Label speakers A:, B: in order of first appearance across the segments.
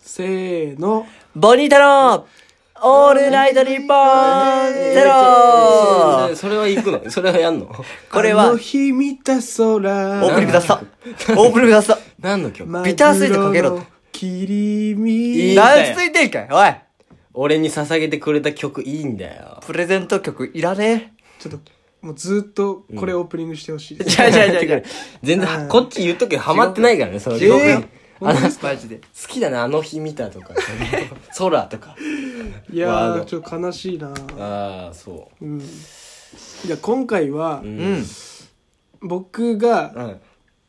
A: せーの。
B: ボニータのオールナイトニッポンゼロ
C: えそれは行くのそれはやんの
B: これ
A: あ
B: は
A: の日見た空。
B: オープニング出した。オープニング出した。
C: 何の曲
A: マグロの
B: ビタースイートかけろと
A: 切り身。
C: いいんだよ
B: 何ついてんかいおい
C: 俺に捧げてくれた曲いいんだよ。
B: プレゼント曲いらね
A: ちょっと、もうずっとこれオープニングしてほしいで
B: え。
A: す。
B: じゃじゃじゃじゃ。
C: 全然、こっち言っとくけどハマってないからね、その
B: 地獄
C: 曲。
B: よ
C: 好。
B: あの、マジで。
C: きだね、あの日見たとか、その空とか。
A: いやー、ちょっと悲しいな
C: ああ、そ
A: うん。じゃあ今回は
C: う。
B: う
C: う、
B: ん
C: ん。。
A: 僕が、
C: あ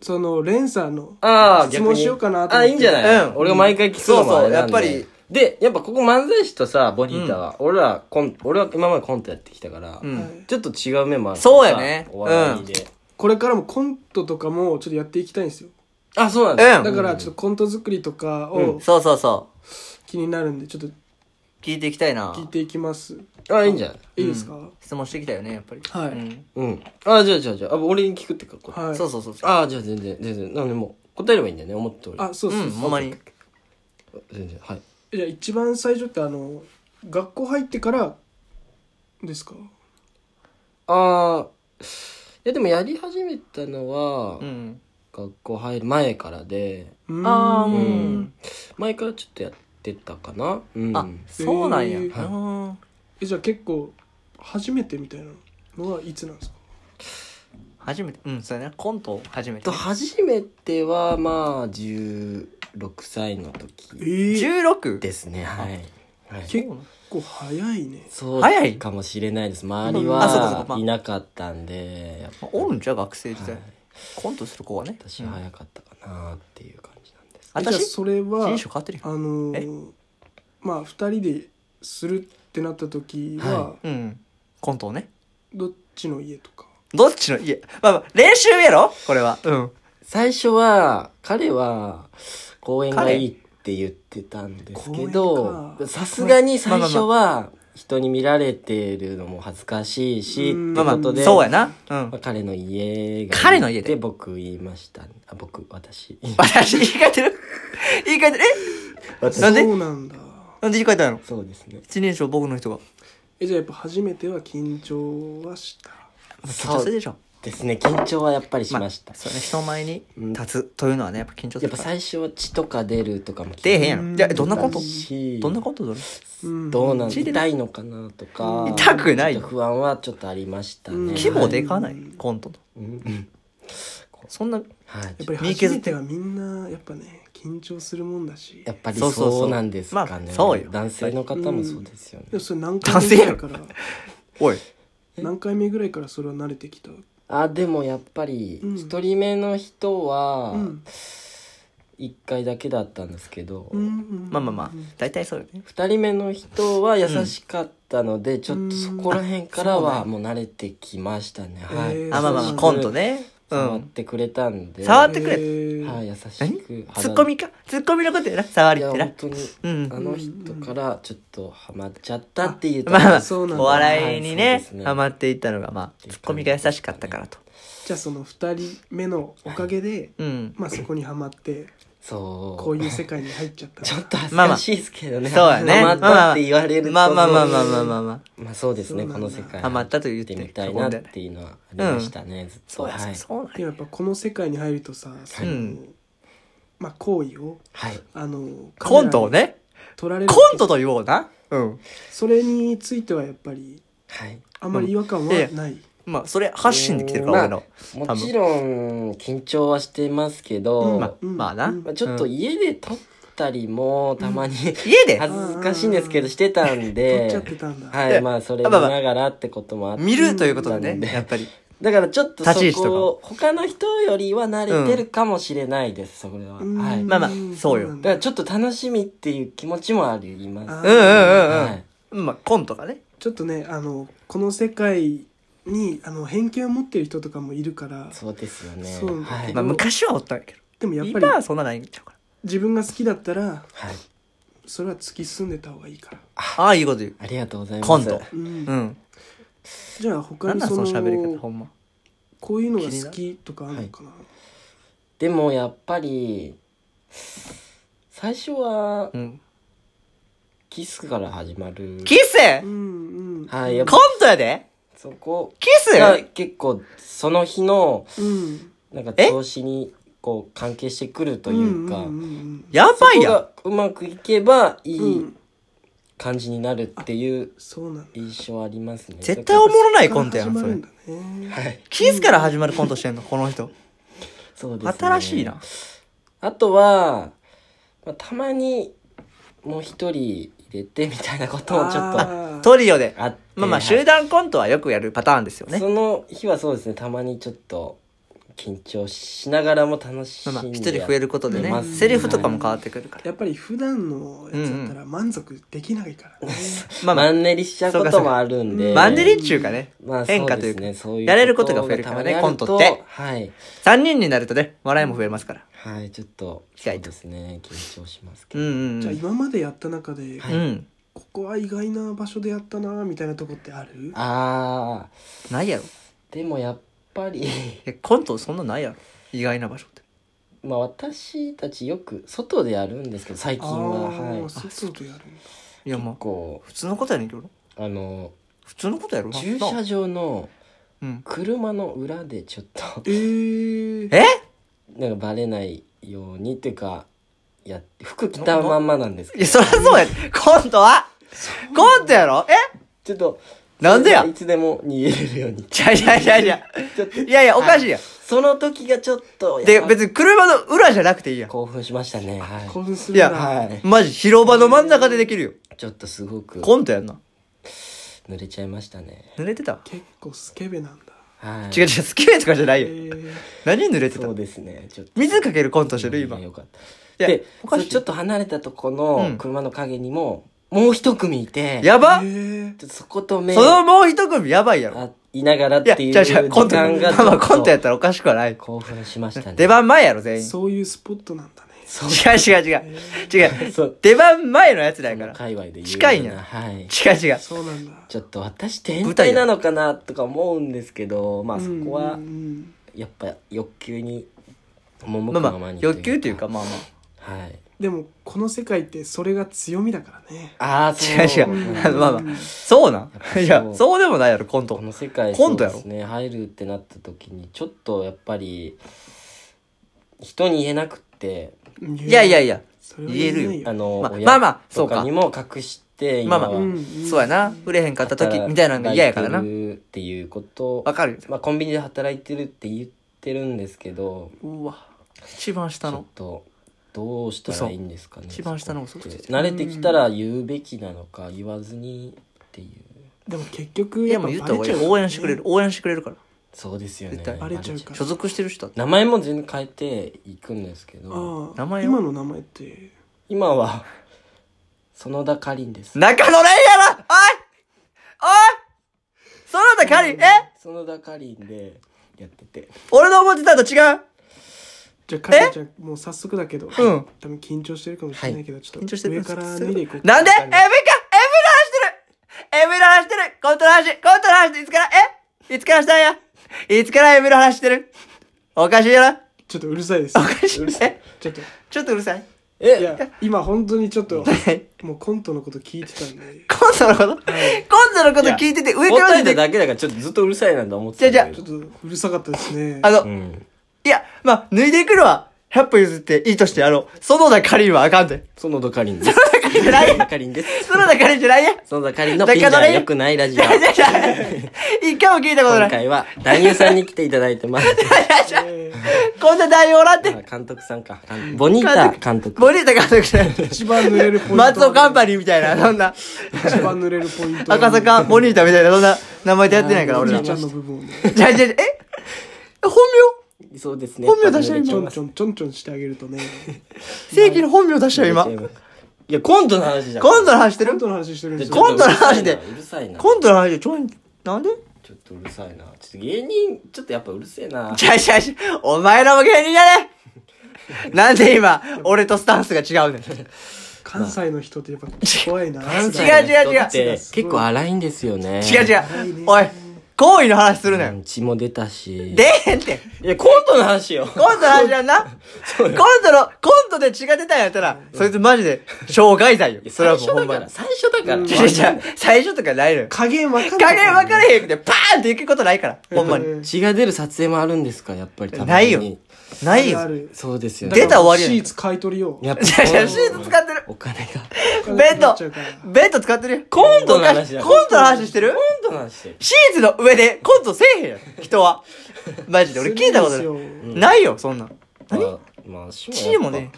A: その、レンさんの、
C: あー、
A: 質問しようかなと思っ
C: あ、
A: て
C: いいんじゃない
B: うん
C: 俺が毎回聞くのもあれなんで
B: そうそうやっぱり。
C: で、やっぱここ漫才師とさ、ボニータは、俺らコン、俺は今までコントやってきたから、
B: うん
A: はい
C: ちょっと違う面もある
B: そうやね
C: お笑いで。
A: これからもコントとかもちょっとやっていきたいんですよ。
C: あ、そうなんだ。
B: うん
A: だから、ちょっとコント作りとかを
B: そうそうそ
A: 気になるんで、ちょっと
B: う。聞いていきたいな
A: 聞。いていきます。
C: あ、いいんじゃない
A: いいですか
B: 質問してきたよね、やっぱり。
A: はい
B: うん
C: うん。あ、じゃあじゃあじゃあ、あ俺に聞くってか、これ。
A: はい。
B: そうそうそう。
C: ああ、じゃあ全然、全然。なのでもう、答えればいいんだよね、思った通り。
A: あ、そう
B: う、
A: そうんそ
B: ほ
A: う。
B: んまに。
C: 全然、はい。
A: じゃあ一番最初ってあの、学校入ってからですか
C: ああ、いやでもやり始めたのは、
B: うん。
C: 学校入る前からで、
A: うーん
B: あー
C: う
B: うん
C: ん。前からちょっとやってたかな。うん。
B: あ、そうなんや。
A: えー
B: うん
A: えじゃあ結構、初めてみたいなのはいつなんですか
B: 初めて、うん、そうやね。コント初め
C: えってと、。初めては、まあ、16歳の時
A: ええ。
B: 16?
C: ですね、はい。はい
A: 結構早いね。
C: そう
B: 早い
C: かもしれないです。周り
A: うんあそうかそう
B: かま
C: は
B: あ
C: いなかったんで、やっぱ
B: おるんじゃう学生時代
C: はい。
B: コントする子はね。
C: 私は早かったかなっていう感じなんです。
B: あ
A: えじゃあ
B: 私
A: それは
B: 人種、変わってる
A: あ
B: よ。
A: のー、まあ二人でするってなった時は
C: は、
B: うん。コントをね。
A: どっちの家とか。
B: どっちの家まあまあ、練習やろこれは。うん。
C: 最初は彼は公園がいいって言ってたんですけど
A: 公園か
C: さすがに最初は人に見られてるのも恥ずかしいし、
A: うん
B: まあま
C: ってことで、
B: あ、そうやな。う
C: まあ
B: ん。
C: 彼の家が
B: 彼の家で
C: って僕言いました、ね、あ僕私
B: 私、言い換えてる言い換えてる
C: 私
B: なんで
A: そうなんだ。
B: えなんで言い換えたんやろ
C: そうですね
B: 一人称僕の人が。
A: えじゃあやっぱ初めては緊張はした。
B: 緊張するでしょ。
C: ですね緊張はやっぱりしました、
B: そうね、人前に立つというのはね、やっぱ緊張す
C: や
B: る
C: っ
B: か
C: ぱ
B: ら。
C: 最初は血とか出るとかも
B: 出えへんや
A: うん
B: ろ。じゃあ、どんなコント
C: し
B: どんなコントどれ
A: うん
C: どうなん
B: 血出る
C: 痛いのかなとか
B: 痛くない
C: ちょっと不安はちょっとありました
A: うん
C: ね
B: 規模でかないコントの。
C: うん
B: そんな、
C: はい
A: やっぱり初めてはみんなやっぱね緊張するもんだし
C: やっぱり
B: そうそうそう
C: そうなんですかね。
B: まあそうよ
C: 男性の方もそうですよね。
A: でもそれ何回目ぐらい から
B: おい。
A: 何回目ぐらいからそれは慣れてきた
C: あ、でもやっぱり、
A: うん
C: 一人目の人は
A: う、ん
C: 一回だけだったんですけど、
A: うんうん
B: まあまあまあ、大体そうよね。
C: 二人目の人は優しかったので、ちょっとそこら辺から
B: うん
C: は
B: あ
C: もう慣れてきましたね。
A: ー
C: はい。
A: え
B: あ、まあまあまあ、コントね。う
C: 触っ
B: ん。
C: てくれたんで。
B: 触
A: あ
B: っってくれ
C: はい、
B: 何
C: 優しく。
B: ツッコミか。ツッコミのことやな、触
C: い
B: りっ
C: や、
B: てな
C: 本。当に。
B: うん
C: あ。の人からちょっとハマっちゃったっていうとこ
B: ま
C: ろ
B: あまあ、
A: そうなんだ
B: お笑いに
C: はい
B: ね
C: そうです、ね
B: ハマっていったのが、まあ、ツッコミが優しかったからと。
A: じゃあその2人目のおかげで、
B: うん。
A: まあそこにはまって
C: そう。
A: こういう世界に入っちゃ った
C: ちょっと恥ずかしいですけどね。
B: そうやね。
C: ハマったって言われると。
B: まあまあまあまあまあまあまあ。
C: まあそうですね、
A: そうな
C: こ
A: んだ
C: の世界。
B: ハマったと言っ
C: 言ってて
B: み
C: み
B: た
C: た
B: い
C: い
B: な
C: な
B: っ
C: ってていうのはありましたね、ずっと。
B: そうや、
C: はい。
B: そうなん
A: でも
B: や。
A: やっぱこの世界に入るとさその、
B: うん
A: まあ行為を
C: はい。
A: あの
B: コントをね、
A: 取られる
B: コントと言おうな。うん。
A: それについてはやっぱり
C: はい。
A: あんまり違和感はない、
B: まあ、それ発信できてるか
C: まあ
B: ら、俺の。
C: もちろん、緊張はしてますけ
A: うん
C: ど、
B: ま
C: ま
B: まあな
A: うん
C: あちょっと家で撮ったりも、たまに、
B: 家で
C: 恥ずかしいんですけど、してたん
A: 取っちゃ
C: で
A: っ、てたんだ、
C: はい、まあそれ見ながらってこともあって。
B: 見るということで
C: うん
B: ね、やっぱり。
C: だからちょっと
B: 立ち位置と
C: そ
B: か
C: こ、他の人よりは慣れてるかもしれないです、それは。
A: うん
C: はい。
B: まあまあそうよ
A: なん
C: だか
A: だ
C: らちょっと楽しみっていう気持ちもあります。
B: うんうんうん
C: はい
B: うん。まあ、コントがね。
A: ちょっとねあのこの世界にあの偏見を持ってる人とかもいるから
C: そうですよね。
A: そう
C: はい。
B: まあ、昔はおったんやけど。
A: でもやっぱり
B: 今はそんなないんちゃうから。
A: 自分が好きだったら
C: はい。
A: それは突き進んでた方がいいから、
B: ああ、いいこと言う。
C: ありがとうございます。
B: コント。
A: うん
B: うん。
A: じゃあ他
B: なん
A: に
B: なん
A: そ
B: そ
A: の
B: の喋り方、ほんま。
A: こういうのが好きとかあるのかな、
C: でもやっぱり、最初は
B: うん。
C: キスから始まる
B: キス
A: うんうん
C: はいやっ
B: コ
C: ぱ
B: ントやで
C: そこ
B: キス
C: が結構その日の
A: うん
C: なんか
B: え
C: 調子にこう関係してくるというか
A: んんうん
B: やばいやん
C: そこがうまくいけばい
A: うんう
C: い
A: ん
C: 感じになるっていう
A: そうなんだ
C: 印象ありますね
B: 絶対おもろないコントや
A: 始
B: ん、
A: ま
B: そ
A: る
B: れ
A: ん。だね
C: はい
B: キスから始まるコントしてんの、この人。
C: そうです、ね、
B: 新しいな。
C: あとは、まあ、たまにもう一人入れてみたいなこともちょっとあ
A: あー
B: トリオで。
C: って
B: まあま
C: は
B: あ、
C: い
B: 集団コントはよくやるパターンですよね。
C: その日はそうですねたまにちょっと緊張しながらも楽し
B: まあ
C: んで
B: まあ、一人増えることで
C: やって
B: ね、
C: ます
B: セリフとかも変わってくるから。
A: やっぱり普段のやつだったら満足できないからね
B: まあま
C: マ
B: あ、
C: ンネリしちゃうこともあるんで
B: マンネリっちゅうかね
C: まあ、、
B: 変化と
C: そ
B: いうう
C: で
B: か
C: す、ねそういう
B: やれることが増えるからね
C: ことがたまにあると
B: コントって
C: はい
B: 3人になるとね、笑いも増えますから。
C: はいちょっと
B: 意外と
C: そうですね緊張しますけ
B: う
C: ど、
B: んうん
A: じゃ
B: う
A: あ
B: ん。
A: 今までやった中で
C: は
B: うん。
A: ここは意外な場所でやったなみたいなとこってある
C: ああ
B: ないやろ。
C: でもやっぱり
B: え、コントそんなないやろ。意外な場所って。
C: まあ私たちよく外でやるんですけど最近
A: あ
C: ははい
A: ー
C: 結
A: 外とやるんだ
B: いや、まあ、
C: 構
B: 普通のことやねんけどな。
C: あの
B: 普通のことやろな。
C: 駐
B: な
C: 車
B: あ
C: 場の
B: うん。
C: 車の裏でちょっと
A: えー
B: え
C: なんかバレないようにっていうかやって服着たまんまなんです
B: い
C: け
B: や、
C: ど
B: そりゃそうやで。コントはコントやろえ
C: ちょっと
B: なんでや
C: いつでも逃げれるように
B: じゃいやいやいや
C: ちょっと
B: いやいや、おかしいやん。
C: その時がちょっと
B: で、
C: やっぱ
B: 別に車の裏じゃなくていいやん。
C: 興奮しましたねはい
A: 興奮す
B: い
A: る
B: や、
A: な
C: はい
B: マジ広場の真ん中でできるよ。
C: ちょっとすごく
B: コントやんな。
C: 濡れちゃいましたね
B: 濡れてたわ
A: 結構スケベなんだ
C: はい
B: 違う違う、スケベとかじゃない
A: え
B: よ。
A: ー
B: 何濡れてた
C: そうですねちょっと
B: 水かけるコントしてる今。
C: いや
B: い
C: よかった
B: や
C: で、
B: おかし
C: そ
B: い。
C: うちょっと離れたとこ
B: うん
C: の車の陰にももう一組いて
B: やば
A: え
C: ちょっとそこと目
B: そのもう一組やばいやろ。
C: あいながらっ
B: いや、
C: ていう
B: 違う
C: 時
B: 違う、コント、
C: 間が
B: まあまあコントやっ
C: ちょった
B: らおかしくはない
C: と。興奮しましたね
B: 出番前やろ、全
A: ー
B: 員。
A: そういうスポットなんだね
C: そう
B: 違う違う違う。違う。
C: そう
B: 出番前のやつだから。
C: 界隈で言う
B: 近いんや
C: なはい
B: 違う違う。
A: そうなんだ
C: ちょっと私天体なのかなとか思うんですけどまあそこ
A: うん
C: は
A: うん
C: やっぱ欲求に赴
B: ま
C: く
B: あ
C: ま
B: ま
C: ま
B: あ、
C: に
B: 欲求というか、まあま
C: はい
A: でもこの世界ってそれが強みだからね
C: ああ
B: あ。違う違う。あのまあまあ、そうな
C: やっ
B: ん。
C: ぱ
B: いや
C: そ、う
B: そうでもないやろ、コント
C: こ。の世界
B: 今度やろ
C: そうですね入るってなった時にちょっとやっぱり人に言えなくって
B: いやいやい
A: や
B: や。
A: それは言え
B: 言
A: な
B: え
A: い
B: る
A: よ
C: あの、
B: まあ
C: 親
B: まあまあそう
C: と
B: か
C: かにも隠して
B: まあまあ
C: 今は
A: うんん
B: そうやな。売れへんかった時、みたいなのが嫌やからな
C: 働。いてるっていうこと
B: わかるよ。
C: まあ、コンビニで働いてるって言ってるんですけど
B: うわ。一番
C: ちょ
B: 下
C: っ
B: の。
C: とどうしたらいいんですかね
B: 嘘一番下の
C: そ
B: 嘘
C: こって
B: ついて
C: 慣れてきたら言うべきなのか言わずにっていう
A: でも結局
B: いや、
A: やっ
B: も
A: ぱ
B: う言っ
A: バ
B: た方
A: レ
B: が
A: ち
B: いい
A: ゃう
B: よ。応援してくれる。応援してくれるから。
C: そうですよね
B: 絶対
A: バレちゃうから
B: 所属してる人だって。
C: 名前も全然変えていくんですけど
A: ああ
B: 名前は
A: 今の名前って
C: 今は園田かりんです
B: 中野蓮やろおいおいその他仮、え
C: 園田かりんでやってて
B: 俺の思ってたのと違う
A: じゃあカレンちゃんもう早速だけど、多分緊張してるかもしれないけど、ちょっと
B: 緊張してる
A: 上から脱いでいこうか
B: なんでエビかエビの話してるエビの話してるコントの話コントの話っていつからえいつからしたんやいつからエビの話してるおかしいやろ
A: ちょっとうるさ いです
B: おかしいえ
A: ちょっと
B: ちょっとう るさい
A: い
C: え
A: や今本当にちょっと
B: はい
A: もうコントのこと聞いてたんで
B: コントのことコントのこと聞いてて上から
C: 答
B: 出
C: えた
B: て
C: だけだからちょっとずっとうるさいなと思ってたんだ
A: ち
C: け
A: ょっ
C: ど
A: とうるさかったですね
B: あの、
C: うん
B: いや、まあ、脱いでくるは100歩譲っていいとして、あの、園田仮はあかんで。
C: 園田かりんです
B: 園田仮じゃないや
C: 園田かりんです
B: 園田仮じゃないや
C: 園田かりんのピンじゃ良くないラジオ
B: いやいやい や一回も聞いたことな
C: 今
B: い。
C: 回は男優さんに来ていただいてます
A: えー
B: こんな大王なんて。
C: あ監督さんか監ボニータ監督
B: 森田監督じゃない
A: 一番濡れるポイント
B: 松尾カンパニーみたいな、そん な。
A: 一番濡れるポイント
B: 赤坂、ボニータみたいな、そんな名前でやってないから、
A: お
B: 俺ら。
A: じいちゃ
B: じゃ
A: んの部分をね
B: じゃじゃえ本
C: そうですね
B: 本名出した
A: ち
B: 今
A: ょんちょんちょんちょんしてあげるとね
B: 名正規の本名出したよ、今。コ
C: い
B: ン
C: やコントの話じゃん
B: トの話して
A: コン
B: る
A: トの話してるんですよ
B: コントの話で
C: うるさいな
B: コントの話でちょい、なんで
C: ちょっとうるさいなちょっと芸人ちょっとやっぱうるせえな
B: じゃじゃじゃお前らも芸人やねなんで今、俺とスタンスが違 うねん。
A: 関西の人ってやっぱ怖いな
B: 違う違う違う
C: 結構荒いんですよね
B: 違う違う。おい、行為の話するなよ。
C: うん血も出たし。
B: 出えへんって。
C: いや、コントの話よ。
B: コントの話やん な。コントの、コントで血が出たんやったら、そいつマジで、傷害罪よ。それはもうほんまに。
C: 最初だから。
B: 違う
C: 最
B: 違う
C: 初だか
B: 最初とかないのよ。
A: 加減分かん
B: 加
A: ない
B: 減分かれへんくて、パーンって行くことないから。ほんま
A: う
B: に。
A: ん
C: ら。血が出る撮影もあるんですかやっぱりたまに
B: ないよない
A: あ
B: よ。
A: る
C: そうですよ
A: だから
B: 出た終わりやね
A: シーツ買い取りよう
C: やっぱ
B: じゃじゃ シート使ってる。
C: お金が。
B: ベッド
A: お金かかっちゃうから、
B: ベッド使ってるよ。
C: コントの話だ
B: コントの話してる
C: コントの話してる
B: シーツの上でコントせえへんやん。人は。マジで。俺聞いたこと
A: するん
B: な
A: ですよ
B: い。ないよ、そんなん。
C: まあ、まあ、シ
B: 地位もね。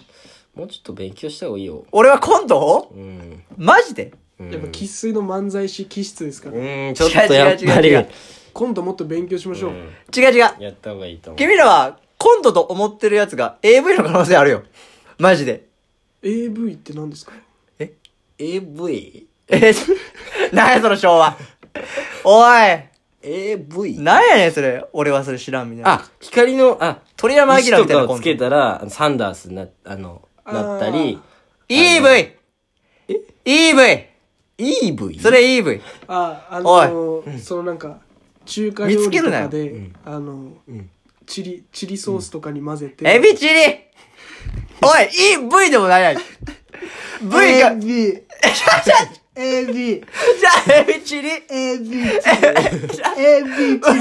C: もうちょっと勉強した方がいいよ。
B: 俺はコントを
C: うん。
B: マジで
C: うん
A: やっぱ生粋の漫才師気質ですから、
C: うん、ちょっとやっぱり。
B: 違う違う違う違う
A: 今度もっと勉強しましょう、
C: うん
B: 違う違う。
C: やった方がいいと思う。
B: 君らはコントと思ってるやつが AV の可能性あるよ。マジで。
A: AV って何ですか
C: AV?AV?
B: え、なんやその昭和。おい、なんやねんそれ。俺はそれ知らんみたいな。
C: あ、光の、あ、
B: 鳥山明みた
C: 石
B: い
C: とか
B: な
C: を
B: コン
C: つ
B: ト
C: け。たら、サンダースにな、あの、
A: あー
C: なったり、
B: EV! EV!
C: EV?
B: それ EV。
A: ああのーそのなんか中華料理とか
B: 見つけ
A: で、あのー
C: ん
A: チリチリソースとかに混ぜて、
B: エビチリおい、EV でもないやん。V が、じゃ
A: ABAB
B: あエビ チリ
A: ABAB
B: 無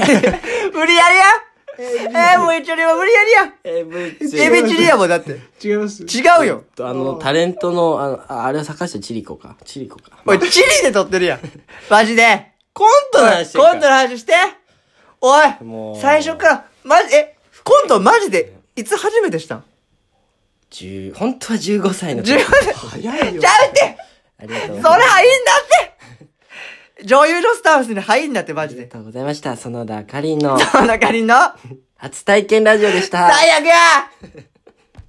B: 理やりやんえー、もう一応は無理やりやん
C: AV
A: チリ
B: エビチリやもん、だって。
A: 違います
B: 違うよ。
C: とあの、タレントの、あの、ああれを探してチリコか。チリコか。
B: おい、チリで撮ってるやん。マジで。コン
C: トの話してる
B: コ
C: から
B: ントの話して。おい
C: も、う
B: 最初から、マジ、え、コントマジで、いつ初めてしたん
C: 十、本当は15歳の時。
B: 自分で、
A: 早いよ
B: ちゃうって
C: ありがとう
B: それ
C: ございます。
B: 入んだって女優のスタンスに入んだって、マジ
C: あり
B: で
C: が。とうございました。園田かりんの
B: その中にの、
C: 初体験ラジオでした。
B: 最悪や